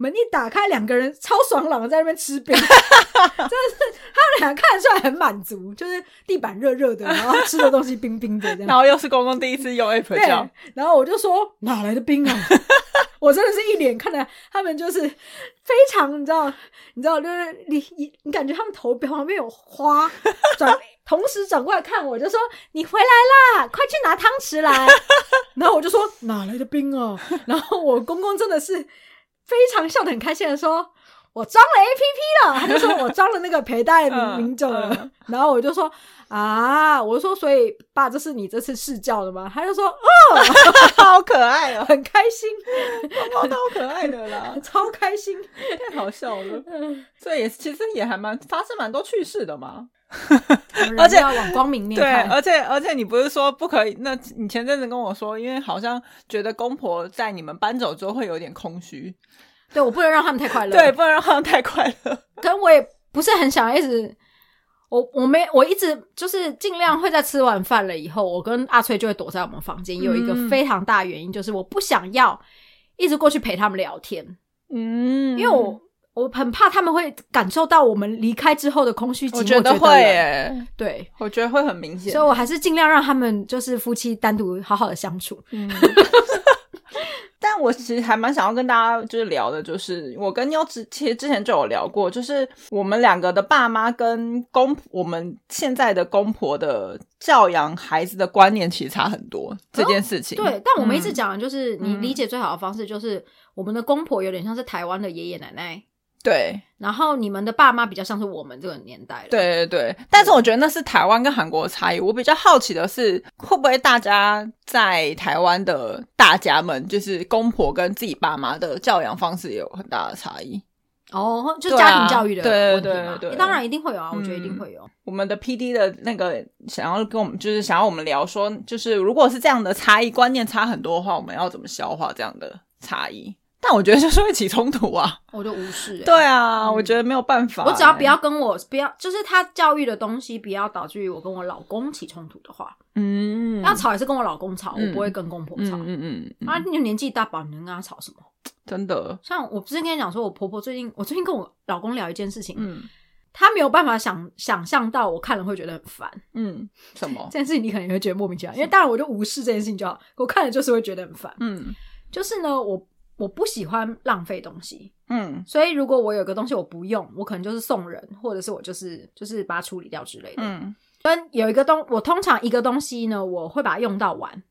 B: 门一打开，两个人超爽朗的在那边吃 饼，真的是他们俩看得出来很满足，就是地板热热的，然后吃的东西冰冰的这
C: 然
B: 样。
C: 后又是公公第一次用 app
B: 对
C: 叫，，
B: 然后我就说哪来的冰啊？ 我真的是一脸看着他们，就是非常，你知道，你知道，就是你你你感觉他们头旁边有 花，转同时转过来看我，就说你回来啦，快去拿汤匙来。 然后我就说哪来的冰啊？然后我公公真的是非常笑得很开心的说。我装了 A P P 了，他就说我装了那个陪带民
C: 嗯
B: 民众了，
C: 嗯
B: 然后我就说啊，我就说所以爸，这是你这次试教的吗？他就说哦，
C: 好可爱 哦，
B: 很开 心，
C: 猫都好可爱的啦，
B: 超开心。
C: 太好笑了。
B: 嗯
C: 这也其实也还蛮发生蛮多趣事的嘛。
B: 而且要往光明面
C: 对，
B: 看，
C: 而且而且你不是说不可以？那你前阵子跟我说，因为好像觉得公婆在你们搬走之后会有点空虚，
B: 对我不能让他们太快乐。
C: 对，，不能让他们太快乐。
B: 可能我也不是很想一直，我我没我一直就是尽量会在吃完饭了以后，我跟阿翠就会躲在我们房间。有一个
C: 嗯
B: 非常大原因就是我不想要一直过去陪他们聊天，
C: 嗯
B: 因为我。我很怕他们会感受到我们离开之后的空虚寂寞，
C: 我觉得会
B: 冷
C: 耶，
B: 对，
C: 我觉得会很明显。
B: 所以我还是尽量让他们就是夫妻单独好好的相处。
C: 嗯， 但我其实还蛮想要跟大家就是聊的，就是我跟妞之其实之前就有聊过，就是我们两个的爸妈跟公我们现在的公婆的教养孩子的观念其实差很多、这件事情。
B: 对，但我们一直
C: 嗯
B: 讲的就是，你
C: 嗯
B: 理解最好的方式就是，我们的公婆有点像是台湾的爷爷奶奶，
C: 对
B: 然后你们的爸妈比较像是我们这个年代了。，
C: 对对对，但是我觉得那是台湾跟韩国的差异。我比较好奇的是，会不会大家在台湾的大家们，就是公婆跟自己爸妈的教养方式也有很大的差异？
B: 哦，就
C: 对啊
B: 家庭教育的
C: 对
B: 问
C: 对
B: 题嘛，
C: 对对
B: 当然一定会有啊，我觉得一定
C: 嗯
B: 会有。
C: 我们的 P D 的那个想要跟我们，就是想要我们聊说，就是如果是这样的差异观念差很多的话，我们要怎么消化这样的差异？但我觉得就是会起冲突啊。
B: 我就无视、欸。
C: 对啊，
B: 嗯
C: 我觉得没有办法、
B: 我只要不要，跟我不要，就是他教育的东西不要导致于我跟我老公起冲突的话，
C: 嗯，
B: 要吵也是跟我老公吵，
C: 嗯
B: 我不会跟公婆
C: 嗯
B: 吵。
C: 嗯嗯嗯，
B: 啊，你年纪大把，你能跟他吵什么？
C: 真的，
B: 像我不是跟你讲说，我婆婆最近，我最近跟我老公聊一件事情，
C: 嗯
B: 他没有办法想想象到我看了会觉得很烦
C: 嗯，什么
B: 这？件事情，你可能也会觉得莫名其妙，因为当然我就无视这件事情就好，我看了就是会觉得很烦。
C: 嗯
B: 就是呢，我我不喜欢浪费东西，
C: 嗯
B: 所以如果我有个东西我不用，我可能就是送人，或者是我就是就是把它处理掉之类的。
C: 嗯，
B: 跟有一个东，我通常一个东西呢，我会把它用到完。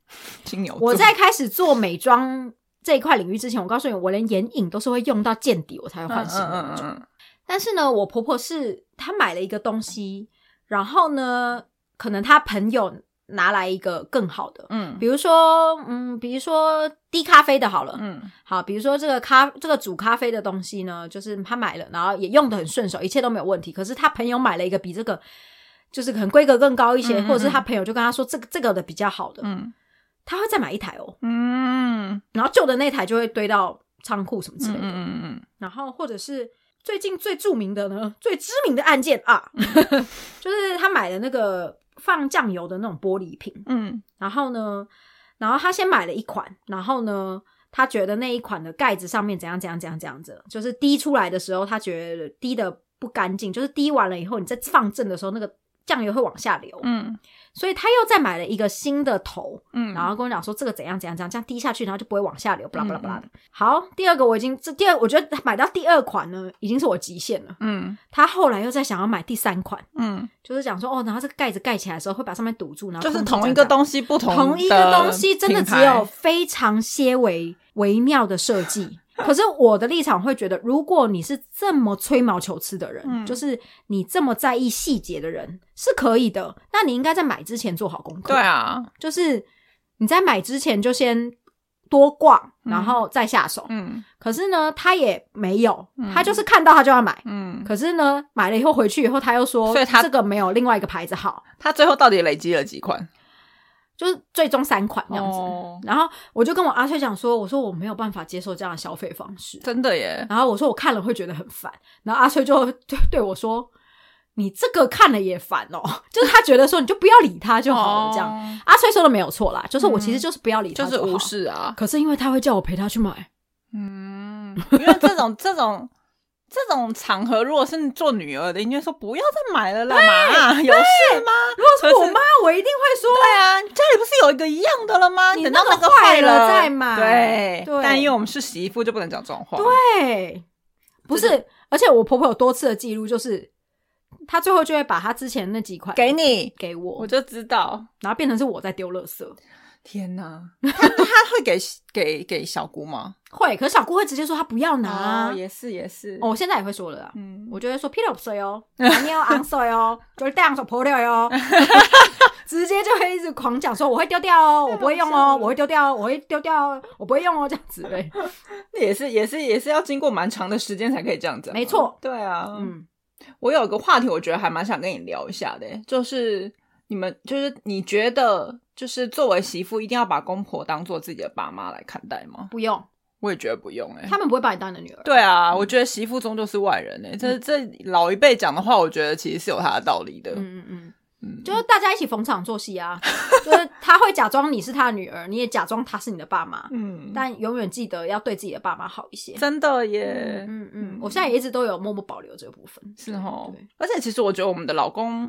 C: 金牛座，
B: 我在开始做美妆这一块领域之前，我告诉你，我连眼影都是会用到见底，我才会
C: 嗯
B: 换新的那种。
C: 嗯嗯嗯
B: 但是呢，我婆婆是她买了一个东西，然后呢，可能她朋友拿来一个更好的，
C: 嗯
B: 比如说，嗯，比如说低咖啡的好了，
C: 嗯
B: 好，比如说这个咖这个煮咖啡的东西呢，就是她买了，然后也用的很顺手，一切都没有问题。可是她朋友买了一个比这个就是可能规格更高一些，
C: 嗯嗯
B: 或者是她朋友就跟她说这个这个的比较好的，
C: 嗯
B: 她会再买一台哦，
C: 嗯
B: 然后旧的那台就会堆到仓库什么之类
C: 嗯
B: 的，
C: 嗯
B: 然后或者是最近最著名的呢，最知名的案件啊，就是他买的那个放酱油的那种玻璃瓶，
C: 嗯
B: 然后呢，然后他先买了一款，然后呢，他觉得那一款的盖子上面怎样怎样怎样怎样子，就是滴出来的时候，他觉得滴的不干净，就是滴完了以后，你再放正的时候，那个酱油会往下流，
C: 嗯
B: 所以他又再买了一个新的头，
C: 嗯，
B: 然后跟我讲说这个怎样怎样怎样，这样滴下去，然后就不会往下流，巴拉巴
C: 嗯
B: 拉巴拉的。好，第二个我已经这第二，我觉得买到第二款呢，已经是我极限了。
C: 嗯
B: 他后来又在想要买第三款，
C: 嗯，
B: 就是讲说哦，然后这个盖子盖起来的时候会把上面堵住，然后
C: 就是
B: 空气
C: 同
B: 这
C: 一个
B: 样这样
C: 东西不同
B: 同一个
C: 的
B: 东西，真的
C: 品
B: 只有
C: 牌
B: 非常些微微妙的设计，可是我的立场会觉得，如果你是这么吹毛求疵的人，
C: 嗯
B: 就是你这么在意细节的人，是可以的。那你应该在买之前做好功课，
C: 对，啊，
B: 就是你在买之前就先多逛，
C: 嗯
B: 然后再下手。
C: 嗯
B: 可是呢，他也没有
C: 嗯，
B: 他就是看到他就要买。
C: 嗯，
B: 可是呢，买了以后回去以后，他又说，
C: 所以他
B: 这个没有另外一个牌子好，
C: 他最后到底累积了几款？
B: 就是最终三款这样子。
C: 哦
B: 然后我就跟我阿翠讲说，我说我没有办法接受这样的消费方式。
C: 真的耶，
B: 然后我说我看了会觉得很烦，然后阿翠就对对我说：“你这个看了也烦哦。” 就是他觉得说你就不要理他就好了，这样。
C: 样
B: 阿翠说的没有错啦，就是我
C: 哦嗯
B: 其实就是不要理他
C: 就是
B: 好
C: 无。视啊。
B: 可是因为他会叫我陪他去买，
C: 嗯， 因为这种这种这种场合，如果是做女儿的，应该说不要再买了啦，妈，有事吗？如
B: 如果是我妈，我一定会说。
C: 对啊，家里不是有一个一样的了吗？
B: 你
C: 等到
B: 那个
C: 个
B: 坏了
C: 了
B: 再买
C: 对，
B: 对
C: 但因为我们是媳妇，就不能讲这种话。对，
B: 对，欸不是，而且我婆婆有多次的记录，就是她最后就会把她之前那几款
C: 给你，
B: 给
C: 我
B: 我，
C: 就知道。
B: 然后变成是我在丢垃圾。
C: 天哪， 他他会给给给小姑吗？
B: 会，可是小姑会直接说她不要拿啊。
C: 哦也是也是。
B: 哦，我现在也会说了啦。
C: 嗯，
B: 我就会说 p i l o w 水 哦，你有昂水哦，就是这样手破掉哟，哦直接就会一直狂讲说我会丢掉哦，我不会用哦，我会丢掉哦，我会丢掉哦，我不会用哦，这样子对，
C: 那也是也是也是要经过蛮长的时间才可以这样子。
B: 没错，
C: 对啊，嗯，
B: 嗯，
C: 我有个话题，我觉得还蛮想跟你聊一下的，就是你们就是你觉得就是作为媳妇一定要把公婆当做自己的爸妈来看待吗？
B: 不用，
C: 我也觉得不用哎、
B: 他们不嗯会把你当你的女儿，
C: 对啊，我觉得媳妇终究是外人呢、欸
B: 嗯
C: 这这老一辈讲的话，我觉得其实是有他的道理的。
B: 嗯嗯嗯。
C: 嗯，
B: 就是大家一起逢场作戏啊， 就是他会假装你是他的女儿，你也假装他是你的爸妈，
C: 嗯，
B: 但永远记得要对自己的爸妈好一些。
C: 真的耶，
B: 嗯嗯，我现在也一直都有默默保留这个部分，
C: 呃是哦
B: 对。
C: 而且其实我觉得我们的老公，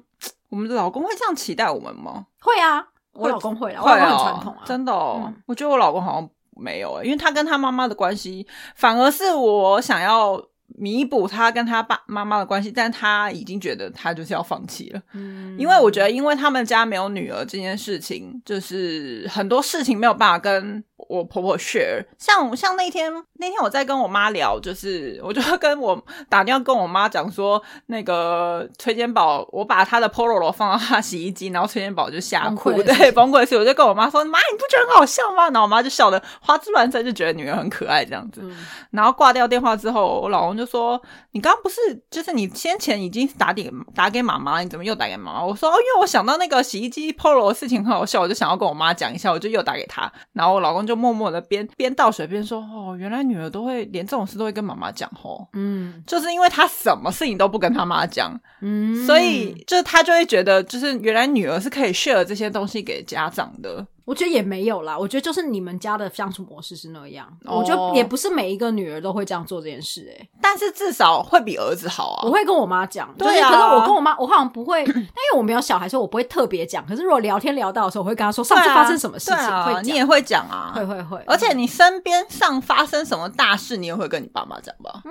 C: 我们的老公会这样期待我们吗？
B: 会啊，我
C: 会
B: 老公会啦，我
C: 会
B: 老公很
C: 哦，
B: 传统啊，
C: 真的哦。
B: 嗯
C: 我觉得我老公好像没有、欸，因为他跟他妈妈的关系，反而是我想要弥补他跟他爸妈妈的关系，但他已经觉得他就是要放弃了。
B: 嗯，
C: 因为我觉得，因为他们家没有女儿这件事情，就是很多事情没有办法跟我婆婆 share。像像那天那天我在跟我妈聊，就是我就跟我打电话跟我妈讲说，那个崔健宝，我把他的 Polo 放到他洗衣机，然后崔健宝就吓哭，
B: 崩溃了是不
C: 对，
B: 是
C: 崩溃。所以我就跟我妈说，妈，你不觉得很好笑吗？然后我妈就笑的花枝乱颤，就觉得女儿很可爱这样子。
B: 嗯
C: 然后挂掉电话之后，我老公就说：“你刚刚不是就是你先前已经打给打给妈妈，你怎么又打给妈妈？”我说：“哦，因为我想到那个洗衣机 Polo 的事情很好笑，我就想要跟我妈讲一下，我就又打给她。”然后我老公就默默的边边倒水边说：“哦，原来女儿都会连这种事都会跟妈妈讲哦。”
B: 嗯
C: 就是因为她什么事情都不跟她妈讲，
B: 嗯，
C: 所以就是她就会觉得，就是原来女儿是可以 share 这些东西给家长的。
B: 我觉得也没有啦。我觉得就是你们家的相处模式是那样，
C: 哦
B: 我觉得也不是每一个女儿都会这样做这件事、欸。
C: 但是至少会比儿子好
B: 我
C: 啊。
B: 会跟我妈讲，就是
C: 对啊
B: 可是我跟我妈，我好像不会，但 因为我没有小孩，所以我不会特别讲。可是如果聊天聊到的时候，我会跟她说上次
C: 对啊
B: 发生什么事情，
C: 对啊
B: 会
C: 你
B: 讲
C: 也会讲啊，
B: 会会嗯会，
C: 而且你身边上发生什么大事，你也会跟你爸妈讲吧？
B: 嗯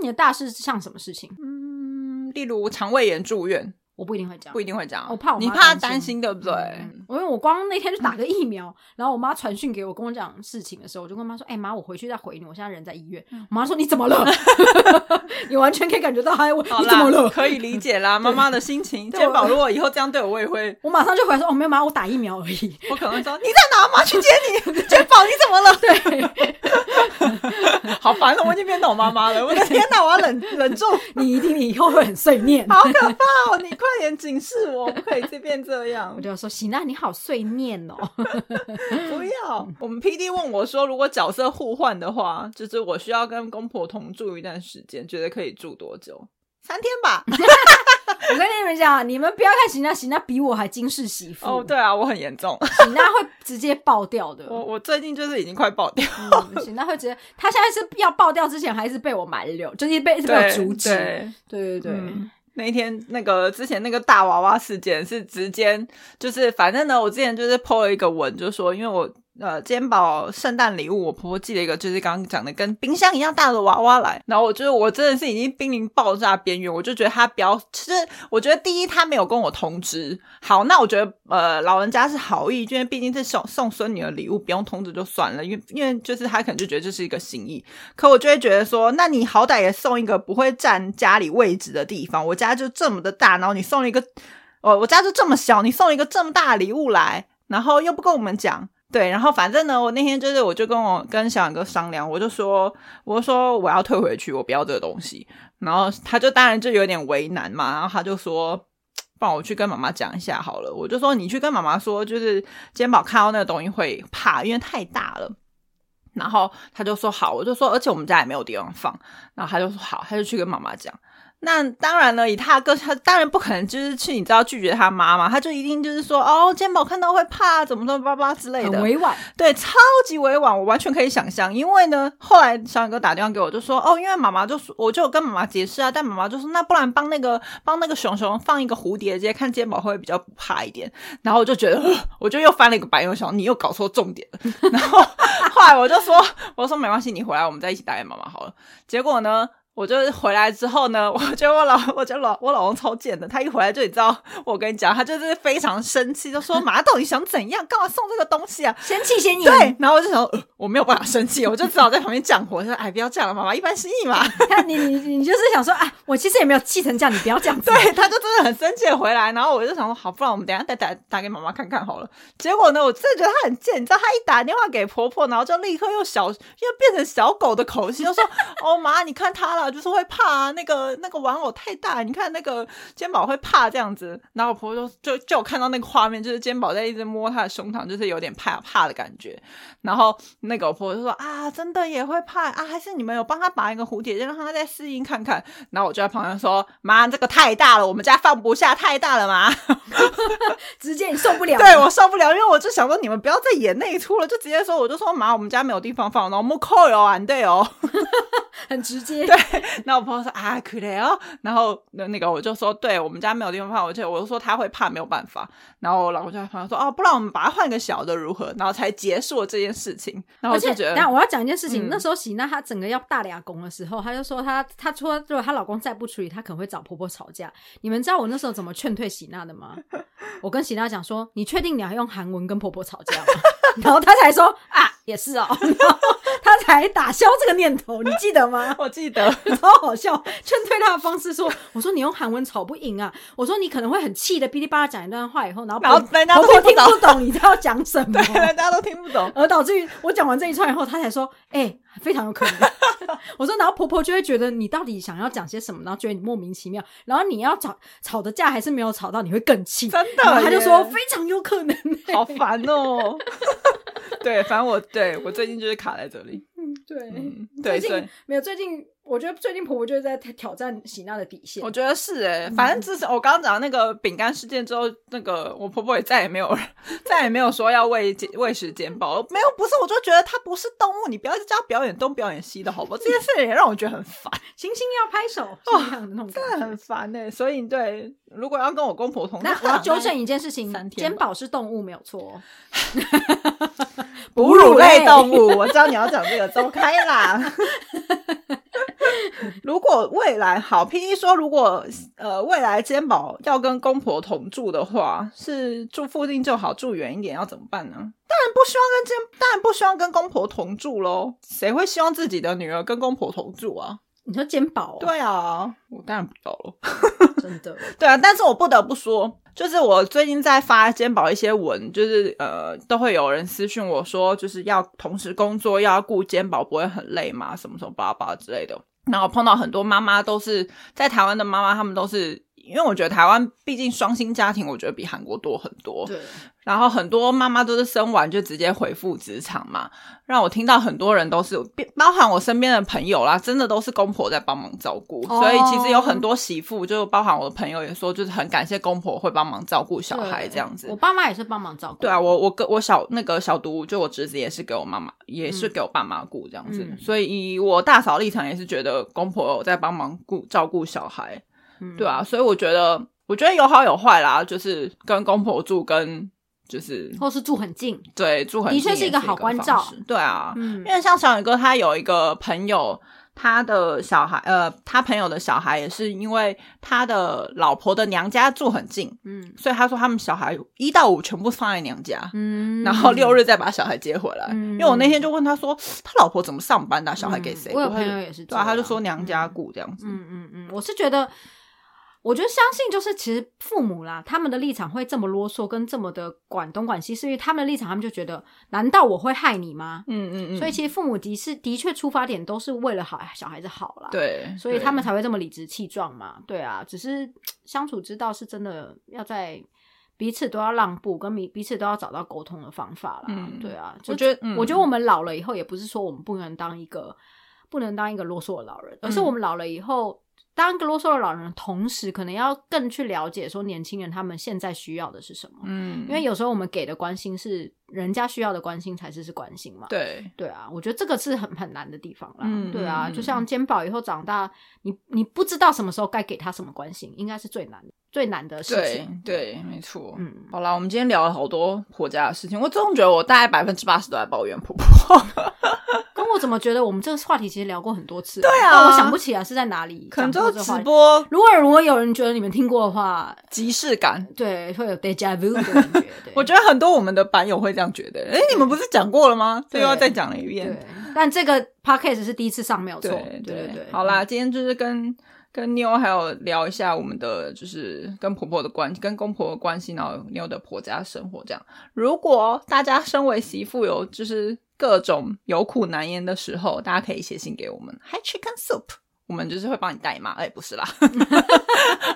B: 你的大事像什么事情，
C: 嗯，例如肠胃炎住院，
B: 我不一定会讲
C: 不。一定会讲。
B: 我怕我妈
C: 你怕
B: 担
C: 担
B: 心
C: 心，对不对？
B: 嗯因为我光那天去打个疫苗，然后我妈传讯给我，跟我讲事情的时候，我就跟我妈说：“哎、妈，我回去再回你，我现在人在医院。”
C: 嗯
B: 我妈说：“你怎么了？” 你完全可以感觉到她在问
C: 好
B: 你
C: 啦
B: 怎么了。
C: 可以理 解啦，妈妈的心情。
B: 对
C: 肩膀如果以后这样对我，我也会，
B: 我马上就回来说：“哦，没有妈，我打疫苗而已。
C: 我可能会说你在哪？妈去接你。肩膀你怎么了？对， 好烦哦！我已经变懂妈妈了。我的天哪，我要忍 忍住，
B: 你一定以后会很碎念。”
C: 好可怕哦！你快点警示我，不可以随便这样
B: 我。就说：“行，那你好碎念哦。
C: 不要。我们 P D 问我说，如果角色互换的话，就是我需要跟公婆同住一段时间，觉得可以住多久？三天吧。”
B: 我跟你们讲，你们不要看行娜，行娜比我还惊世媳妇。
C: 哦，，对啊，哦我很严重，
B: 行娜会直接爆掉的。
C: 我我最近就是已经快爆掉。
B: 嗯，行娜会直接，她现在是要爆掉之前，还是被我蛮流，就是被被我阻止。
C: 对
B: 对对对。
C: 嗯那一天，那个之前那个大娃娃事件是直接就是，反正呢，我之前就是 PO 了一个文，就说因为我呃，今天宝圣诞礼物，我婆婆寄了一个，就是刚刚讲的跟冰箱一样大的娃娃来。然后我就是我真的是已经濒临爆炸边缘，我就觉得她不要，其实我觉得第一她没有跟我通知。好，那我觉得呃老人家是好意，因为毕竟是送送孙女的礼物，不用通知就算了，因为因为就是她可能就觉得这是一个心意。可我就会觉得说，那你好歹也送一个不会占家里位置的地方。我家就这么的大，然后你送了一个，哦我我家就这么小，你送了一个这么大的礼物来，然后又不跟我们讲。对，然后反正呢，我那天就是我就跟我跟小杨哥商量，我就说，我说我要退回去，我不要这个东西。然后他就当然就有点为难嘛，然后他就说，帮我去跟妈妈讲一下好了。我就说你去跟妈妈说，就是肩膀看到那个东西会怕，因为太大了。然后他就说好，我就说，而且我们家也没有地方放。然后他就说好，他就去跟妈妈讲。那当然了，以他哥，他当然不可能就是去，你知道拒绝他妈妈，他就一定就是说哦，肩膀看到会怕，怎么怎么巴拉之类
B: 很
C: 的，
B: 委婉，
C: 对，超级委婉，我完全可以想象。因为呢，后来小远哥打电话给我，就说哦，因为妈妈就说，我就有跟妈妈解释啊，但妈妈就说那不然帮那个帮那个熊熊放一个蝴蝶结，看肩膀会不会比较不怕一点。然后我就觉得，呃 我就又翻了一个白眼，我想你又搞错重点了。 然后后来我就说，我说没关系，你回来我们再一起打给妈妈好了。结果呢？我就回来之后呢， 我觉得我老，我觉得老我老公超贱的。他一回来就你知道，我跟你讲，他就是非常生气，就说：“妈，到底想怎样？干嘛送这个东西啊？”
A: 神气仙女，
C: 对，然后我就想说、呃，我没有办法生气，我就只好在旁边降火，说：“哎，不要这样了，妈妈，一般心意嘛。
B: 看你你你就是想说，哎，我其实也没有气成这样，你不要这样”子。
C: 对，他就真的很生气地回来，然后我就想说，好，不然我们等一下再打打给妈妈看看好了。结果呢，我真的觉得他很贱，你知道，他一打电话给婆婆，然后就立刻用小，又变成小狗的口气，就说：“哦，妈，你看他了，就是会怕、啊、那个那个玩偶太大，你看那个肩膀会怕这样子。”然后我婆婆就就就有看到那个画面，就是肩膀在一直摸他的胸膛，就是有点怕怕的感觉。然后那个我婆婆就说啊，真的也会怕啊，还是你们有帮她绑一个蝴蝶结，让她再适应看看。然后我就在旁边说，妈，这个太大了，我们家放不下，太大了嘛。
B: 直接你受不了。
C: 对我受不了，因为我就想说你们不要再演那一出了，就直接说，我就说妈，我们家没有地方放，然后木扣哟，安对哦。
B: 很直接。
C: 然后我朋友说啊，可怜哦。然后那那个我就说，对我们家没有地方放，我就我就说他会怕，没有办法。然后我老公就在旁边说，哦，不然我们把它换个小的如何？然后才结束了这件事情。然后
B: 而
C: 我
B: 且
C: 就，觉得
B: 但我要讲一件事情，
C: 嗯
B: 那时候喜娜她整个要大俩拱的时候，她就说她她说如果她老公再不处理，她可能会找婆婆吵架。你们知道我那时候怎么劝退喜娜的吗？我跟喜娜讲说，你确定你要用韩文跟婆婆吵架吗？ 然后她才说啊，也是哦， 然后她才打消这个念头，你记得吗？
C: 我记得。
B: 超好笑，劝退她的方式说：“我说你用韩文吵不赢啊，我说你可能会很气的，哔哩吧啦讲一段话以后，然后
C: 然后
B: 婆
C: 人家都
B: 婆婆
C: 听
B: 听
C: 不懂
B: 不懂你在要讲什 么，
C: 大家都听不懂，
B: 而导致于我讲完这一串以后，她才说：“哎、非常有可能。” 我说，然后婆婆就会觉得你到底想要讲些什么，然后觉得你莫名其妙，然后你要吵吵的架还是没有吵到，你会更气。
C: 真的
B: 然后她就
C: 耶
B: 说非常有可能、 欸。
C: 好烦哦。 对，反正我对我最近就是卡在这里。
B: 对，
C: 嗯，
B: 最
C: 对，所以
B: 近没有最近，我觉得最近婆婆就是在挑战喜娜的底线
C: 我。觉得是哎、反正自从我刚刚讲的那个饼干事件之后，那个我婆婆也再也没有 再也没有说要喂解喂食煎包，没有，不是，我就觉得它不是动物，你不要一直叫它表演东表演西的好不好？这件事也让我觉得很烦，
B: 星星要拍手是一样的那种感
C: 真的
B: 觉。
C: 很烦呃哎、所以对，如果要跟我公婆同，
B: 那我要纠正一件事情
C: 三，天吧
B: 肩膀是动物没有错哦。
C: 哺乳类动物，我知道你要讲这个，走开 啦。如果未来好，P E 说，如果呃未来肩膀要跟公婆同住的话，是住附近就好，住远一点要怎么办呢？当然不希望跟肩，当然不希望跟公婆同住喽。谁会希望自己的女儿跟公婆同住啊？
B: 你说肩膀、哦，
C: 对啊，我当然不要了。
B: 真的，
C: 对啊，但是我不得不说，就是我最近在发肩膀一些文，就是呃，都会有人私讯我说，就是要同时工作，要顾肩膀，不会很累吗？什么什么巴拉巴拉之类的。然后我碰到很多妈妈都是在台湾的妈妈，她们都是因为我觉得台湾毕竟双薪家庭，我觉得比韩国多很多。
B: 对，
C: 然后很多妈妈都是生完就直接回复职场嘛，让我听到很多人都是，包含我身边的朋友啦，真的都是公婆在帮忙照顾，
B: 哦
C: 所以其实有很多媳妇，就包含我的朋友也说，就是很感谢公婆会帮忙照顾小孩
B: 对
C: 这样
B: 我
C: 子。
B: 爸妈也是帮忙照顾。
C: 对啊，我我跟我小那个小毒，就我侄子也是给我妈妈，也是
B: 嗯
C: 给我爸妈顾这样子，
B: 嗯
C: 所以以我大嫂立场也是觉得公婆有在帮忙顾照顾小孩，啊
B: 嗯
C: 对，啊，所以我觉得，我觉得有好有坏啦，就是跟公婆住跟就是
B: 或是住很近，
C: 对住
B: 的
C: 很近
B: 确
C: 也
B: 是
C: 是
B: 一个好关照
C: 方式，对啊，
B: 嗯
C: 因为像小宇哥他有一个朋友，他的小孩呃，他朋友的小孩也是因为他的老婆的娘家住很近，
B: 嗯
C: 所以他说他们小孩一到五全部放在娘家。
B: 嗯
C: 然后六日再把小孩接回来，
B: 嗯
C: 因为我那天就问他说，他老婆怎么上班的啊、小孩给谁？
B: 我有
C: 不
B: 朋
C: 会
B: 友也是这
C: 对
B: 样，
C: 啊，他就说娘家顾这样子。
B: 嗯嗯嗯，我是觉得，我觉得相信就是其实父母啦，他们的立场会这么啰嗦，跟这么的管东管西，是因为他们的立场，他们就觉得，难道我会害你吗？
C: 嗯嗯嗯，
B: 所以其实父母的是的确出发点都是为了好小孩子好啦，，
C: 对，
B: 所以他们
C: 对
B: 才会这么理直气壮嘛，对啊，只是相处之道是真的要在。彼此都要让步，跟彼彼此都要找到沟通的方法啦。
C: 嗯
B: 对啊，
C: 我
B: 就
C: 觉得嗯
B: 我觉得我们老了以后，也不是说我们不能当一个不能当一个啰嗦的老人，而是
C: 嗯
B: 我们老了以后，当一个啰嗦的老人，同时可能要更去了解说年轻人他们现在需要的是什么。
C: 嗯，
B: 因为有时候我们给的关心是人家需要的关心才是是关心嘛，
C: 对
B: 对啊，我觉得这个是很很难的地方啦。
C: 嗯
B: 对啊，
C: 嗯
B: 就像肩膀以后长大，你你不知道什么时候该给他什么关心，应该是最难最难的事
C: 对
B: 情。，
C: 对，没错。
B: 嗯，
C: 好啦，我们今天聊了好多婆家的事情，我总觉得我大概百分之八十都在抱怨婆婆，
B: 跟我怎么觉得我们这个话题其实聊过很多次了，对
C: 啊
B: 但我想不起来是在哪里
C: 可能
B: 讲
C: 就
B: 过
C: 是
B: 这个
C: 直
B: 话题。
C: 播
B: 如果如果有人觉得你们听过的话，
C: 即视感。
B: 对，会有 deja vu 的感觉。对
C: 我觉得很多我们的版友会这样觉得，哎，你们不是讲过了吗？这
B: 对
C: 又要再讲了一遍
B: 对。，但这个 podcast 是第一次上，没有错。
C: 对
B: 对
C: 对嗯
B: 对，
C: 好啦，今天就是跟跟妞还有聊一下我们的就是跟婆婆的关系，跟公婆的关系，然后妞的婆家生活这样。如果大家身为媳妇有就是各种有苦难言的时候，大家可以写信给我们，Hi Chicken Soup，我们就是会帮你代骂，哎、不是 啦，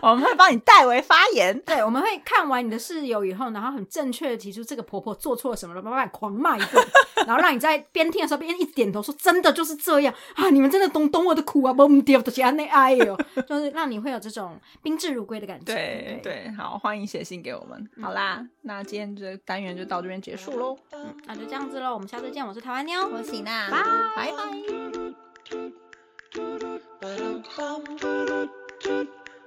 C: 我们会帮你代为发言。
B: 对，我们会看完你的室友以后，然后很正确的提出这个婆婆做错了什么了，然后把你狂骂一顿，然后让你在边听的时候边一直点头说：“真的就是这样啊，你们真的懂懂我的苦啊，不掉的家内哎呦， 就是让你会有这种宾至如归的感觉。
C: 对嗯
B: 对，
C: 对，好，欢迎写信给我们。好啦，那今天这单元就到这边结束喽，
B: 嗯那就这样子喽，我们下次见，我是台湾妞，
C: 我喜娜，
B: 拜
C: 拜拜。
A: 拜。